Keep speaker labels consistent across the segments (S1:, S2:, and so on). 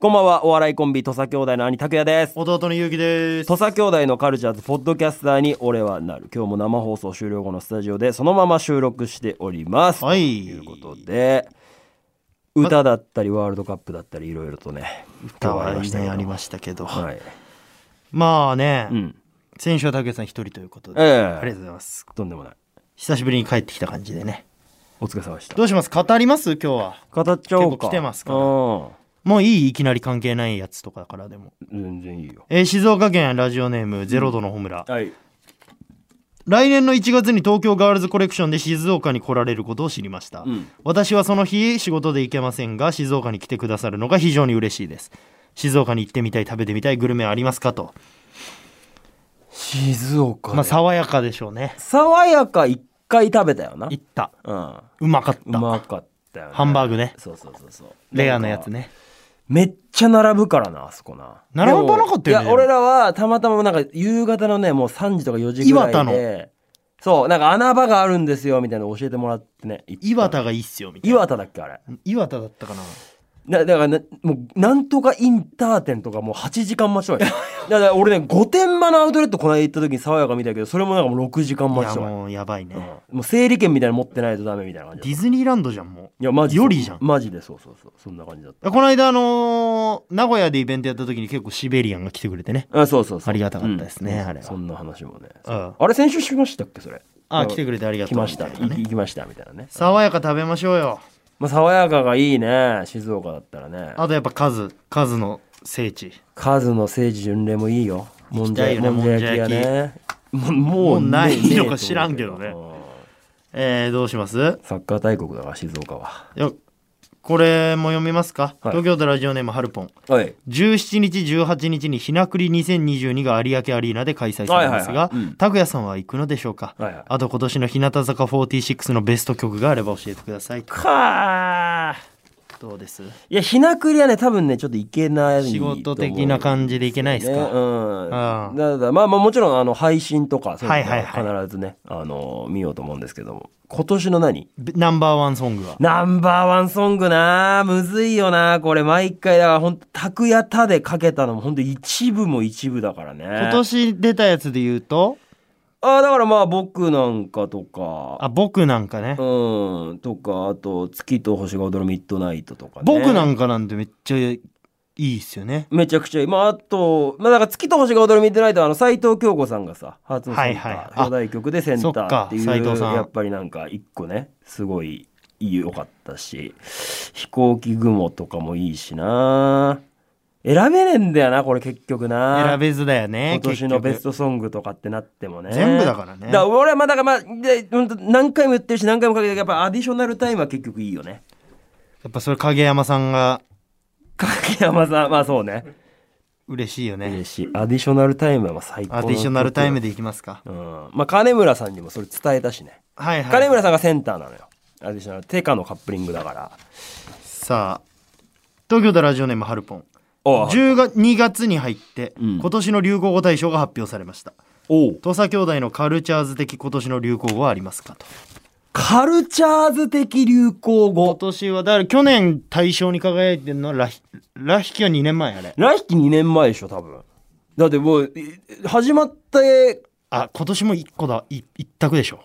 S1: こんばんは、お笑いコンビ、土佐兄弟の兄拓也です。
S2: 弟のゆうきです
S1: 土佐兄弟のカルチャーズ、ポッドキャスターに俺はなる。今日も生放送終了後のスタジオで、そのまま収録しております。
S2: は
S1: と
S2: い
S1: いうことで、歌だったり、ワールドカップだったり、いろいろとね、
S2: 歌は以前
S1: 今日
S2: あ
S1: あり
S2: り
S1: ま
S2: ましたけど、
S1: したけどはい。
S2: まあね、
S1: うん。
S2: 先週は武井さん一人ということで、
S1: ええ
S2: ありがとうございます
S1: とんでもない。
S2: 久しぶりに帰ってきた感じでね
S1: お疲れ様でした
S2: ど。うします語ります今日は
S1: 語っちゃおうか。
S2: 結構来てますから
S1: うん。
S2: もういいいきなり関係ないやつとかからでも、
S1: 全然いいよ。
S2: えー静岡県ラジオネームゼロ度のホムラ、
S1: はい。
S2: 来年の1月に東京ガールズコレクションで静岡に来られることを知りました、
S1: うん
S2: 私はその日仕事で行けませんが静岡に来てくださるのが非常に嬉しいです静岡に行ってみたい食べてみたいグルメはありますかと、
S1: 静岡、
S2: まあ爽やかでしょうね
S1: 爽やか一回食べたよな。
S2: 行った
S1: うん。
S2: うまかった
S1: うまかったよ、ね。
S2: ハンバーグね
S1: そうそうそうそう。
S2: レアなやつね
S1: めっちゃ並ぶからな、あそこな。
S2: 並ばなかったよね
S1: でもいや、俺らはたまたまなんか夕方のね、もう3時とか4時ぐらいで。
S2: 岩田
S1: そう、なんか穴場があるんですよ、みたいなの教えてもらってね。行った
S2: 岩。田がいいっすよみたいな
S1: 岩田だっけ、あれ。
S2: 岩田だったかな
S1: なだからな、もう、なんとかインター店とかもう8時間待ちとか よだから俺ね、御殿場のアウトレットこの間行った時に爽やか見たけど、それもなんかもう6時間
S2: い
S1: 待ち
S2: や
S1: とかよ。
S2: もうやばいね、
S1: うんもう整理券みたいなの持ってないとダメみたいな感
S2: デ
S1: じだ
S2: ィズニーランドじゃんも
S1: いや、マジで
S2: よりじゃん
S1: マジで、そうそうそう。そんな感じだった。
S2: うこの間あのー名古屋でイベントやった時に結構シベリアンが来てくれてね
S1: あそうそうそう
S2: ありがたかったですね
S1: うん
S2: あれは
S1: そんな話もね、
S2: うん
S1: あれ先週しましたっけそれ
S2: あ来てくれてありがと
S1: 来
S2: う
S1: ました
S2: みたいなね
S1: 行きましたみたいなね、
S2: 爽やか食べましょうよ
S1: まあ、爽やかがいいね静岡だったらね
S2: あとやっぱ数数の聖地
S1: 数の聖地巡礼もいいよもんじゃ
S2: 行きたいよね
S1: もんじゃ焼き
S2: もんじ
S1: やねもも
S2: もうない
S1: ねえ
S2: のか知らんけどね
S1: うん
S2: えー、どうします
S1: サッカー大国だから静岡はい
S2: やこれも読みますか、
S1: はい
S2: 東京都ラジオネームはるぽん
S1: はい
S2: 17日18日にひなくり2022が有明アリーナで開催されます
S1: はい
S2: が
S1: はいはいうん
S2: 拓也さんは行くのでしょうか、
S1: はいはい
S2: あと今年の日向坂46のベスト曲があれば教えてください
S1: かー
S2: どうです
S1: いやひなくりはね多分ねちょっといけない
S2: 仕事的な
S1: じ
S2: 感じでいけないです
S1: ね、
S2: か、
S1: うん。
S2: ああ
S1: だからまあまあもちろんあの配信とかそういうの
S2: はいはいは
S1: は必ずね、あの見ようと思うんですけども今年の何
S2: ナンバーワンソングは
S1: ナンバーワンソングなむずいよなこれ毎回だからほんと「たくやた」でかけたのもほんと一部も一部だからね
S2: 今年出たやつで言うと
S1: ああだからまあ僕なんかとか
S2: あ僕なんかね
S1: うんとかあと「月と星が踊るミッドナイト」とかね
S2: 僕なんんかなんてめっちゃいいっすよね
S1: めちゃくちゃいいまああとまあだから「月と星が踊るミッドナイト」はあの斎藤京子さんがさ初のセンタ
S2: はいはい
S1: ー初代曲でセンターってい
S2: そっか斉藤
S1: う
S2: さん
S1: やっぱりなんか一個ねすごい良かったし飛行機雲とかもいいしな選べねえんだよなこれ結局な
S2: 選べずだよね
S1: 今年のベス
S2: ト
S1: トソングとかってなってもね
S2: 全部だからね
S1: だから俺はまあだからまあでほんと何回も言ってるし何回もかけてるけどやっぱアディショナルタイムは結局いいよね
S2: やっぱそれ影山さんが
S1: 影山さんまあそうね
S2: 嬉しいよね
S1: 嬉しいアディショナルタイムはまあ最高
S2: アディショナルタイ
S1: ム
S2: ムでいきますか
S1: うんまあ、金村さんにもそれ伝えたしね、
S2: はいはい
S1: 金村さんがセンターなのよアディショナルテカのカップリングだから
S2: さあ東京都ラジオネームハルポン
S1: おう
S2: 10月2月に入って、
S1: うん
S2: 今年の流行語大賞が発表されました
S1: おう
S2: 土佐兄弟のカルチャーズ的今年の流行語はありますかと
S1: カルチャーズ的流行
S2: 今
S1: 語
S2: 年はだから去年大賞に輝いてるのはラヒラヒキは2年前あれ
S1: 来期2年前でしょ多分だってもうえ始まって
S2: あ今年も1個だい一択でしょ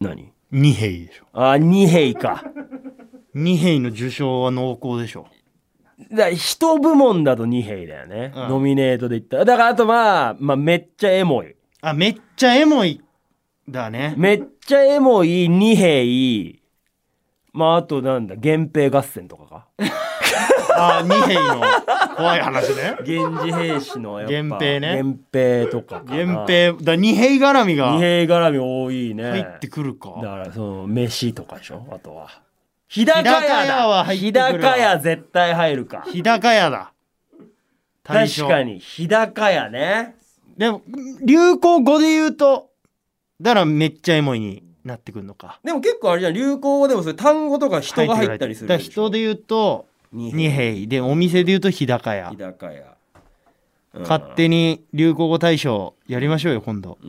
S1: 何
S2: 二兵でしょ
S1: あ二兵か
S2: 二兵の受賞は濃厚でしょ
S1: だから一部門だと二兵だよね、
S2: うん
S1: ノミネートでいったらだからあとまあ、まあ、めっちゃエモい
S2: あめっちゃエモいだね
S1: めっちゃエモい二兵まああとなんだ源平合戦とかか
S2: あ二兵の怖い 話ね
S1: 源氏兵士のやっぱ
S2: 源平ね
S1: 源平とかかな
S2: 源平だ二兵絡み
S1: 二
S2: が
S1: 平絡み多いね
S2: 入ってくるか
S1: だからその飯とかでしょあとは日高屋
S2: 日高屋
S1: だ
S2: は入って
S1: 日
S2: くるわ
S1: 高屋絶対入るか
S2: 日高屋だ大
S1: 確
S2: 賞
S1: かに日高屋ね
S2: でも流行語で言うとだからめっちゃエモいになってくるのか
S1: でも結構あれじゃん流行語でもそれ単語とか人が入ったりする
S2: だ
S1: で
S2: から
S1: しょ
S2: 人で言うと
S1: 二
S2: 二兵でお店で言うと日高屋
S1: 日高屋、うん
S2: 勝手に流行語大賞やりましょうよ今度
S1: う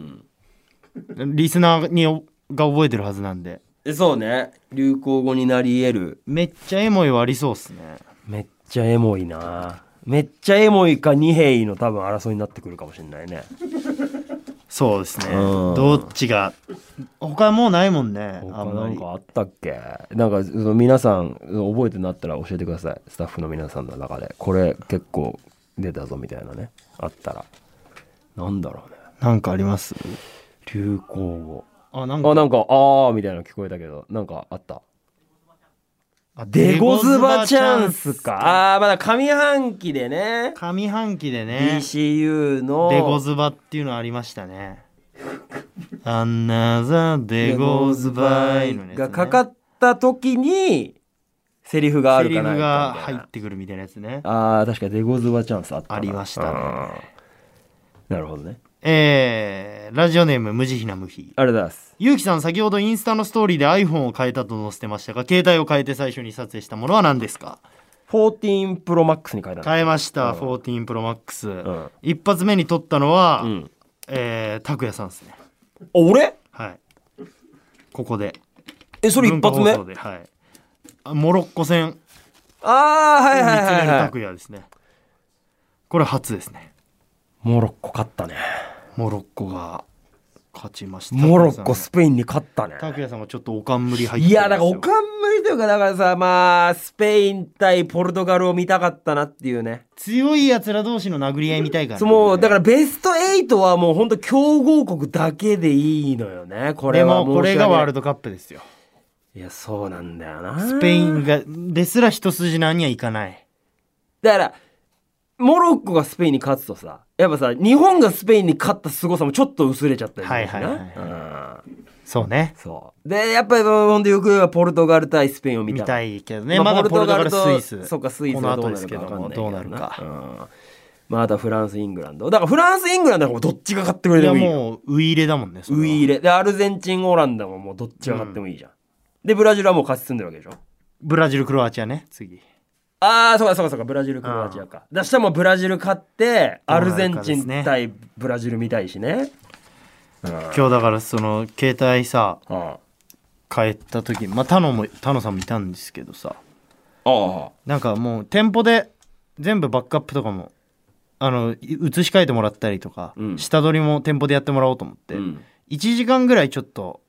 S1: ん
S2: リスナーにおが覚えてるはずなんで
S1: えそうね流行語になり得る
S2: めっちゃエモいはありそうっすね
S1: めっちゃエモいなめっちゃエモいか二平イの多分争いになってくるかもしれないね
S2: そうですね。
S1: うん
S2: どっちが。他もうないもんね。
S1: 他
S2: あん
S1: な
S2: まり
S1: ん。かあったっけなんかその皆さん覚えてなったら教えてくださいスタッフの皆さんの中でこれ結構出たぞみたいなねあったらなんだろうね
S2: なんかあります
S1: 流行語
S2: あ、なんか。
S1: あなんかああみたいなの聞こえたけどなんかあった
S2: あ
S1: デゴズバチャンス。かああーまだ上半期でね
S2: 上半期でね。
S1: DCU の
S2: デゴズバっていうのありましたね。アンナザデゴズバイのやつね
S1: がかかった時にセリフがある
S2: セリ
S1: か
S2: フ
S1: ない
S2: が
S1: かみた
S2: 入
S1: い
S2: っ
S1: な
S2: てくるみたいなやつね。
S1: ああ確かデゴズバチャンスあったな
S2: ありましたね
S1: うんなるほどね
S2: えー、ラジオネーム無慈悲な無比。
S1: ありがとうございます
S2: ゆうきさん、先ほどインスタのストーリーで iPhone を変えたと載せてましたが、携帯を変えて最初に撮影したものは何ですか
S1: 14 Pro Max に変えたの
S2: 変えました、
S1: うん
S2: 14 Pro Max、
S1: ん
S2: 一発目に撮ったのは、
S1: うん
S2: えー、拓也さんですね。
S1: あ俺
S2: はい。ここで。
S1: えそれ一発目
S2: 文化放送ではい。あモロッコ戦。
S1: ああはいはい
S2: 見つ
S1: はい、
S2: める
S1: はい
S2: 拓、也ですねこれ初ですね
S1: モロッコ勝ったね
S2: モロッコが勝ちました
S1: モロッコ
S2: 拓
S1: スペインに勝ったね
S2: 也さんがちょっとおかんむり入って
S1: いやだからお
S2: ん
S1: かんむりというかだからさまあスペイン対ポルトガルを見たかったなっていうね
S2: 強いやつら同士の殴り合いみたいからね、
S1: そうもうだからベスト8はもう本当強豪国だけでいいのよねこれ
S2: で
S1: は
S2: もこれがワール
S1: ド
S2: ドカップですよ
S1: いやそうなんだよな
S2: スペインがですら一筋縄にはいかない
S1: だからモロッコがスペインに勝つとさやっぱさ日本がスペインに勝った凄さもちょっと薄れちゃったりするしな
S2: はいはいはい
S1: うん
S2: そうね
S1: そうでやっぱりほんとよくはポルトガル対スペインを見
S2: 見
S1: た
S2: たいけどね、
S1: ま
S2: ま
S1: あ
S2: だポルトガ
S1: ポ
S2: ルス
S1: ルト
S2: イ
S1: ガルと
S2: ス
S1: そうかスイス
S2: こ
S1: は
S2: の
S1: どう
S2: 後で
S1: な
S2: す
S1: る
S2: け
S1: か
S2: ど
S1: わかんない
S2: も
S1: け
S2: どうなるか、
S1: うんまああとはフランスイングランドだからフランスイングランドはもうどっちが勝ってくれ
S2: い
S1: て
S2: や
S1: もいいよ
S2: もうウイイレだもんねそれは
S1: ウイーレでアルゼンチンオランダももうどっちが勝ってもいいじゃん、でブラジルはもう勝ち進んでるわけでしょ
S2: ブラジルクロアチアね次
S1: ああそうかそうかそうかブラジルクロアチアかだしたらもうブラジル勝ってアルゼンチン対ブラジル見たいしね
S2: 今日だからその携帯さ
S1: うんあ
S2: 帰った時まあ他のも他のさんもいたんですけどさ
S1: あ
S2: なんかもう店舗で全部バックアップとかもあのい移し替えてもらったりとか、
S1: うん
S2: 下取りも店舗でやってもらおうと思って、
S1: うん
S2: 1時間ぐらいちょっと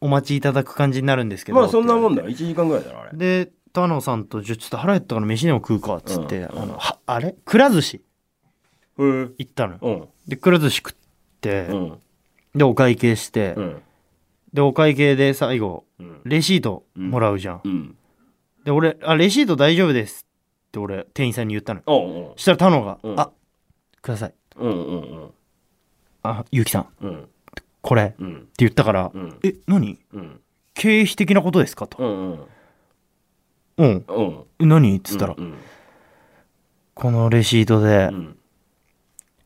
S2: お待ちいただく感じになるんですけど
S1: まあそんなもん
S2: だ
S1: だよ1時間ぐらいだろあれ
S2: で田野さんと「じゃあちょっと腹減ったから飯でも食うか」っつって、あのはあれくら寿司
S1: うん
S2: 行ったのよ
S1: うん
S2: でくら寿司食って、
S1: うん
S2: でお会計して、
S1: うん
S2: でお会計で最後
S1: うん
S2: レシートもらうじゃん、
S1: うん
S2: で俺あ「レシート大丈夫です」って俺店員さんに言ったのよ
S1: おう
S2: そしたら田野が「
S1: うん
S2: あください」
S1: おううんうんうん
S2: あ、ゆうきさん、
S1: うん
S2: これって
S1: うん
S2: 言ったから、
S1: うん
S2: え、何
S1: うん
S2: 経費的なことですか
S1: う
S2: と。
S1: ん
S2: うん。
S1: うん
S2: え何っつったら、
S1: うん
S2: このレシートで
S1: う、ん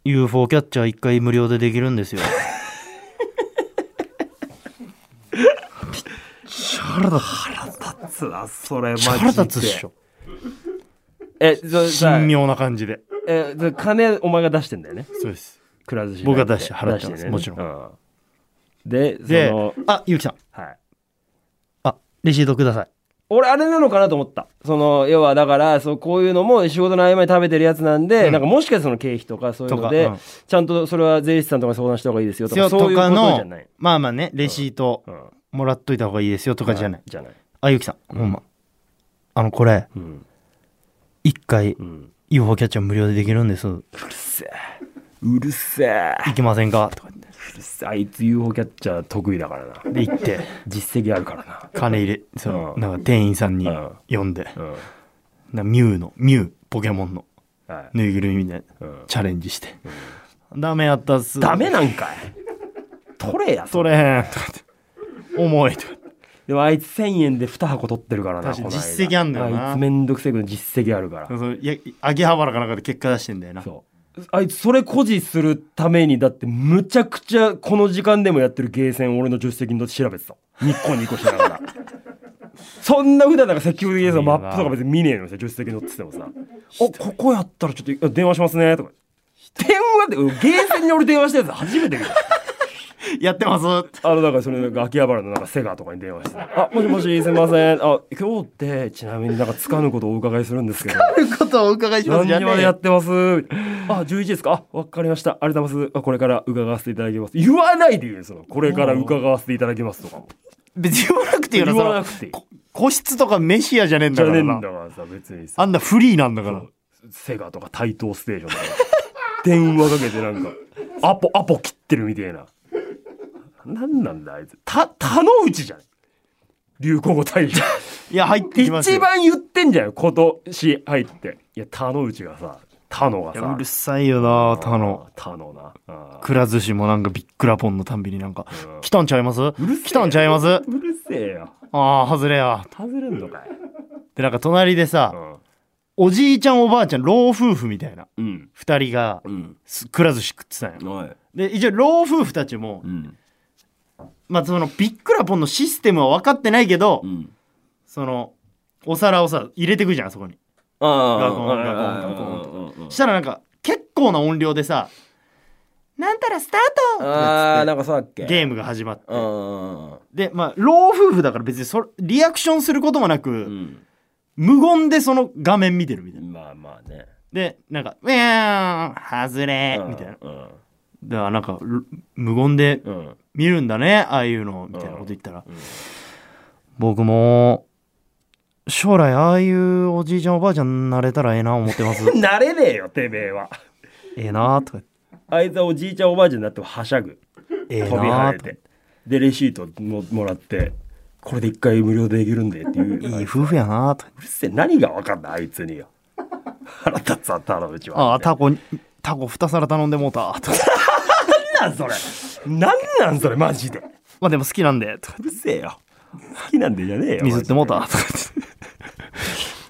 S2: UFO キャッチャー一回無料でできるんですよ。腹立
S1: つらそ れマ
S2: つ。腹立つっしょ。
S1: えそ
S2: 神妙な感じで。
S1: えそ金お前が出してんだよね
S2: そうです。
S1: くら寿司
S2: 僕が出して払ってます
S1: 出ね
S2: もちろん
S1: うで
S2: で
S1: その、
S2: あ、ゆうきさん、
S1: はい
S2: あ、レシートください。
S1: 俺あれなのかなと思ったその要はだからそうこういうのも仕事の合間に食べてるやつなんで、
S2: うん
S1: なんかもしかしてその経費とかそういうので、
S2: とかうん
S1: ちゃんとそれは税理士さんとかに相談した方がいいですよと
S2: 必要
S1: かそう
S2: と
S1: いうこ
S2: か
S1: とじゃ
S2: の
S1: ない、、
S2: まあまあね、レシート
S1: うん、
S2: もらっといた方がいいですよとかじゃない。
S1: じゃない
S2: あ、ゆうきさん、ほんま。あの、これ、
S1: うん
S2: 一回
S1: う、ん
S2: UFO キャッチャー無料でできるんです。
S1: うるせえうるせえ
S2: 行きませんかとか言って。
S1: うるせえあいつ UFO キャッチャー得意だからな
S2: で行って
S1: 実績あるからな
S2: 金入れその
S1: うん
S2: なんか店員さんに
S1: うん
S2: 呼んで
S1: うん
S2: なんかミュウのミュウポケモンの
S1: はい、
S2: ぬいぐるみみたいな
S1: うん
S2: チャレンジしてダメやったっす
S1: ダメなんかい取れやそれ
S2: 取れへんとか言って重いとか言って
S1: でもあいつ1000円で2箱取ってるからな
S2: 確かに
S1: この間
S2: 実績あんだよな
S1: あいつめんどくせえけど実績あるから
S2: そのいや秋葉原かなんかで結果出してんだよな
S1: そうあいつそれ誇示するためにだってむちゃくちゃこの時間でもやってるゲーセン俺の助手席に乗って調べてたニッコニコしなが らそんな普段なんか積極的にさ
S2: いいな
S1: マップとか別に見ねえのにさ助手席に乗っててもさ「おここやったらちょっと電話しますね」とか電話ってゲーセンに俺電話したやつ初めて見た
S2: やってます。
S1: あの、なんか、それ、なんか、秋葉原の、なんか、セガとかに電話して。あ、もしもし、すみません。あ、今日って、ちなみになんか、つかぬことをお伺いするんですけど。
S2: ということをお伺いします。
S1: 何
S2: じゃ
S1: 時ま
S2: ね
S1: で
S2: え
S1: や
S2: よ
S1: ってますあ、11ですかあ、わかりました。ありがとうございます。あこれから伺わせていただきます。言わないで言うよ、その。これから伺わせていただきますとかも。
S2: 別に言わなくていいよ
S1: 言
S2: な、
S1: わ
S2: そ
S1: な
S2: の
S1: くていい。
S2: こ個室とかメシアじゃねえん
S1: じ
S2: だ
S1: ゃ
S2: か
S1: ねえ
S2: ら
S1: ん
S2: な
S1: だ。からさ、別にさ。
S2: あんなフリーなんだから。
S1: セガとか台東ステーションとか。 電話かけてなんか、アポ、アポ切ってるみたいな。なんなんだ、あいつ。た、田之内じゃん。流行語大賞。
S2: いや、入ってきますよ。
S1: 一番言ってんじゃんよ今年入っていや田之内がさ田野が
S2: いや
S1: さ
S2: うるさいよな、他の。
S1: 田野なあ
S2: くら寿司もなんかビックラポンのたんびになんか、
S1: うん
S2: 来たんちゃいます
S1: るせえ
S2: 来たんちゃいます
S1: ーうるせえよ
S2: ああ、外れや。
S1: 外れんのかい
S2: で、なんか隣でさ、おじいちゃんおばあちゃん、老夫婦みたいな、
S1: うん
S2: 二人が、
S1: うん
S2: すくら寿司食ってたんや。
S1: おい
S2: で、一応老夫婦たちも
S1: う、ん
S2: まあそのビックラポンのシステムは分かってないけど、
S1: ん
S2: その、お皿をさ、入れてくじゃん、あそこに。
S1: ああ
S2: ガコンガコンガコンと
S1: ン
S2: したらなんか、結構な音量でさ、なんたらスタートと
S1: あ
S2: か
S1: あ
S2: っつ
S1: なんかさっき
S2: ってゲームが始まって。
S1: うん
S2: で、まあ、老夫婦だから別にそれ、リアクションすることもなく、
S1: うん
S2: 無言でその画面見てるみたいな。
S1: まあまあね
S2: で、なんか、ウェーン、外れ
S1: うん
S2: みたいな。だか
S1: うん
S2: らなんか、ろ無言で
S1: うん
S2: 見るんだね、ああいうの、みたいなこと言ったら。
S1: うん
S2: 僕も、将来ああいうおじいちゃんおばあちゃんになれたらええな思っ てます。
S1: 慣れねえよてめえは
S2: ええなとか、
S1: あいつはおじいちゃんおばあちゃんになってもはしゃぐ
S2: ええ
S1: 飛び跳
S2: な
S1: ね
S2: とか
S1: て。でレシートももらってこれで一回無料でできるんでっていう
S2: いい
S1: い
S2: 夫婦やなとか。
S1: うるせえ何が分かんないあいつによ腹立つわ田之内は
S2: ああ、タコ、タコ2皿頼んでもうた。とか。
S1: なんなんそれなんなんそれマジでう
S2: まあでも好きなんで、とか。
S1: るせえよ好きなんでじゃねえよ
S2: 水ってもうた。
S1: マ
S2: とか言って。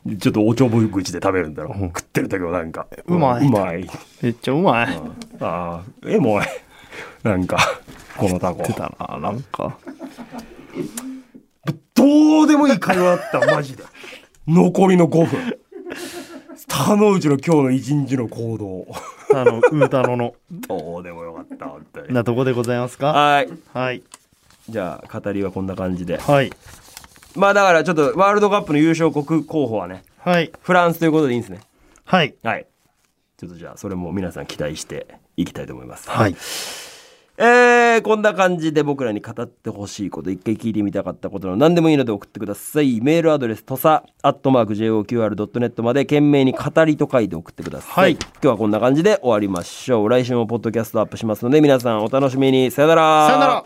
S1: ジでちょっとおちょぼ口で食べるんだろ、
S2: うん
S1: 食ってる時もなんか
S2: うまい
S1: うんうまい
S2: めっちゃうまい。
S1: ああえもうなんかこのタコ
S2: 出たな、なんか。
S1: どうでもいい会話だったマ ジで残りの5分田之内の今日の一日の行動
S2: あの、うーたのの、
S1: どうでもよかった本当に
S2: なとこでございますか
S1: はい
S2: はい。
S1: じゃあ語りはこんな感じで
S2: はい。
S1: まあだからちょっとワールドカップの優勝国候補はね
S2: はい。
S1: フランスということでいいんですね
S2: はい。
S1: はいちょっとじゃあそれも皆さん期待していきたいと思います
S2: はい。
S1: えー、こんな感じで僕らに語ってほしいこと、一回聞いてみたかったことなど何でもいいので送ってください。メールアドレス、とさ、アットマーク JOQR.net まで懸命に語りと書いて送ってください。
S2: はい
S1: 今日はこんな感じで終わりましょう。来週もポッドキャストアップしますので皆さんお楽しみに。さよなら。
S2: さよなら